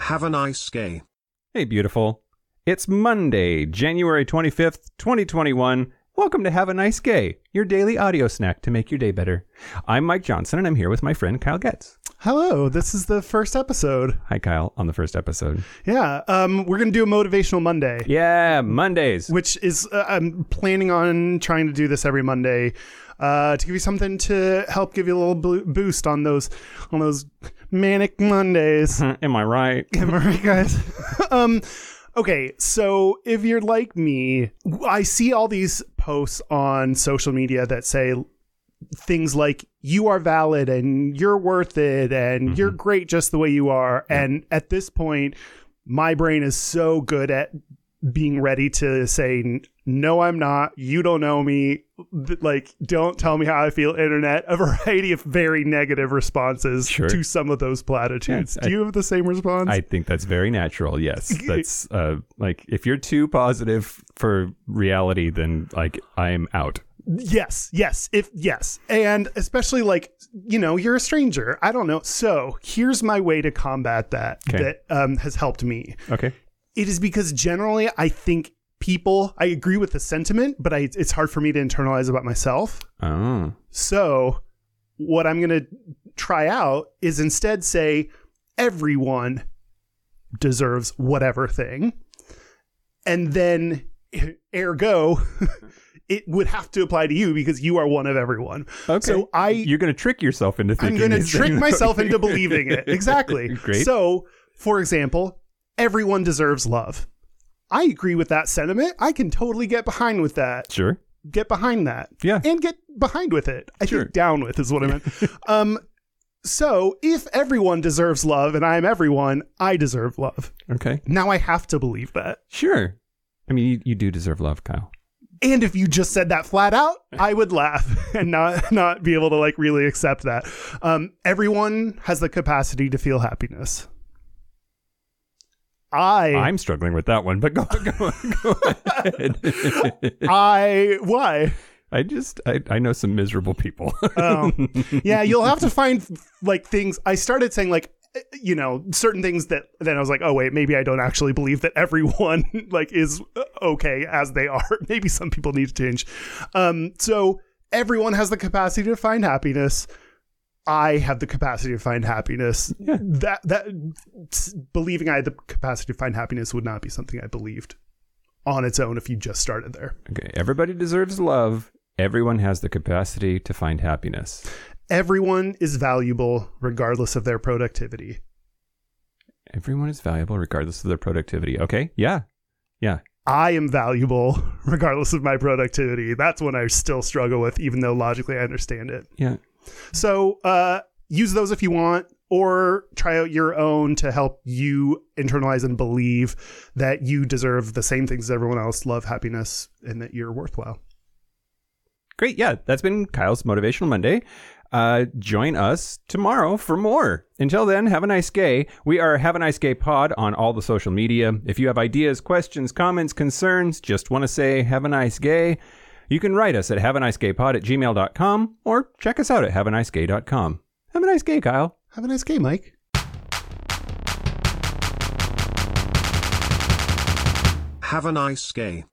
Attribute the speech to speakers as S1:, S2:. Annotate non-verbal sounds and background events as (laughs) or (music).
S1: Have a nice day.
S2: Hey, beautiful. It's Monday, January 25th, 2021. Welcome to Have a Nice Gay, your daily audio snack to make your day better. I'm Mike Johnson, and I'm here with my friend Kyle Getz.
S3: Hello, this is the first episode.
S2: Hi, Kyle, on the first episode.
S3: Yeah, um, we're going to do a Motivational Monday,
S2: Yeah, Mondays. (laughs)
S3: which is, uh, I'm planning on trying to do this every Monday uh, to give you something to help give you a little bo- boost on those, on those manic Mondays.
S2: Am I right?
S3: Am I right, guys? (laughs) um, okay, so if you're like me, I see all these posts on social media that say things like "you are valid" and "you're worth it" and "you're great just the way you are." And at this point, my brain is so good at being ready to say no i'm not you don't know me Th- like don't tell me how i feel internet a variety of very negative responses
S2: Sure.
S3: to some of those platitudes
S2: Yes, I-
S3: do you have the same response
S2: I think that's very natural.
S3: (laughs)
S2: Yes, that's uh, like if you're too positive for reality, then like I'm out.
S3: Yes, yes, if yes. And especially like, you know, you're a stranger. I don't know. So here's my way to combat that
S2: Okay.
S3: that um, has helped me.
S2: Okay.
S3: It is because generally I think people, I agree with the sentiment, but I, it's hard for me to internalize about myself.
S2: Oh,
S3: So what I'm going to try out is instead say everyone deserves whatever thing. And then ergo (laughs) it would have to apply to you because you are one of everyone.
S2: okay.
S3: So I
S2: you're gonna trick yourself into
S3: I'm
S2: thinking.
S3: going to
S2: these
S3: trick
S2: things. (laughs)
S3: myself into believing it. Exactly.
S2: Great.
S3: So, for example, everyone deserves love. I agree with that sentiment. I can totally get behind with that
S2: sure.
S3: get behind that.
S2: Yeah.
S3: And get behind with it. I
S2: Sure.
S3: think down with is what I meant. um so if everyone deserves love and I'm everyone, I deserve love.
S2: Okay.
S3: Now I have to believe that.
S2: Sure. I mean, you, you do deserve love, Kyle.
S3: And if you just said that flat out, I would laugh (laughs) and not not be able to like really accept that. Um everyone has the capacity to feel happiness. I
S2: I'm struggling with that one, but go go, go ahead.
S3: I why?
S2: I just I, I know some miserable people. (laughs)
S3: Oh. yeah, you'll have to find like things. I started saying like eh, you know certain things that then I was like, oh wait, maybe I don't actually believe that everyone (laughs) like is uh, okay as they are. (laughs) Maybe some people need to change. Um, so everyone has the capacity to find happiness. I have the capacity to find happiness.
S2: Yeah.
S3: That that s- believing I had the capacity to find happiness would not be something I believed on its own if you just started there.
S2: okay. Everybody deserves love. Everyone has the capacity to find happiness.
S3: Everyone is valuable regardless of their productivity.
S2: Everyone is valuable regardless of their productivity. Okay. Yeah. Yeah.
S3: I am valuable (laughs) regardless of my productivity. That's one I still struggle with, even though logically I understand it.
S2: Yeah.
S3: So uh, use those if you want, or try out your own to help you internalize and believe that you deserve the same things as everyone else love, happiness, and that you're worthwhile.
S2: Great. Yeah. That's been Kyle's Motivational Monday. Uh, join us tomorrow for more. Until then, have a nice day. We are Have a Nice Gay Pod on all the social media. If you have ideas, questions, comments, concerns, just want to say have a nice gay, you can write us at have a nice gay pod at gmail.com or check us out at have a nice gay.com. Have a nice gay, Kyle.
S3: Have a nice day, Mike.
S1: Have a nice day.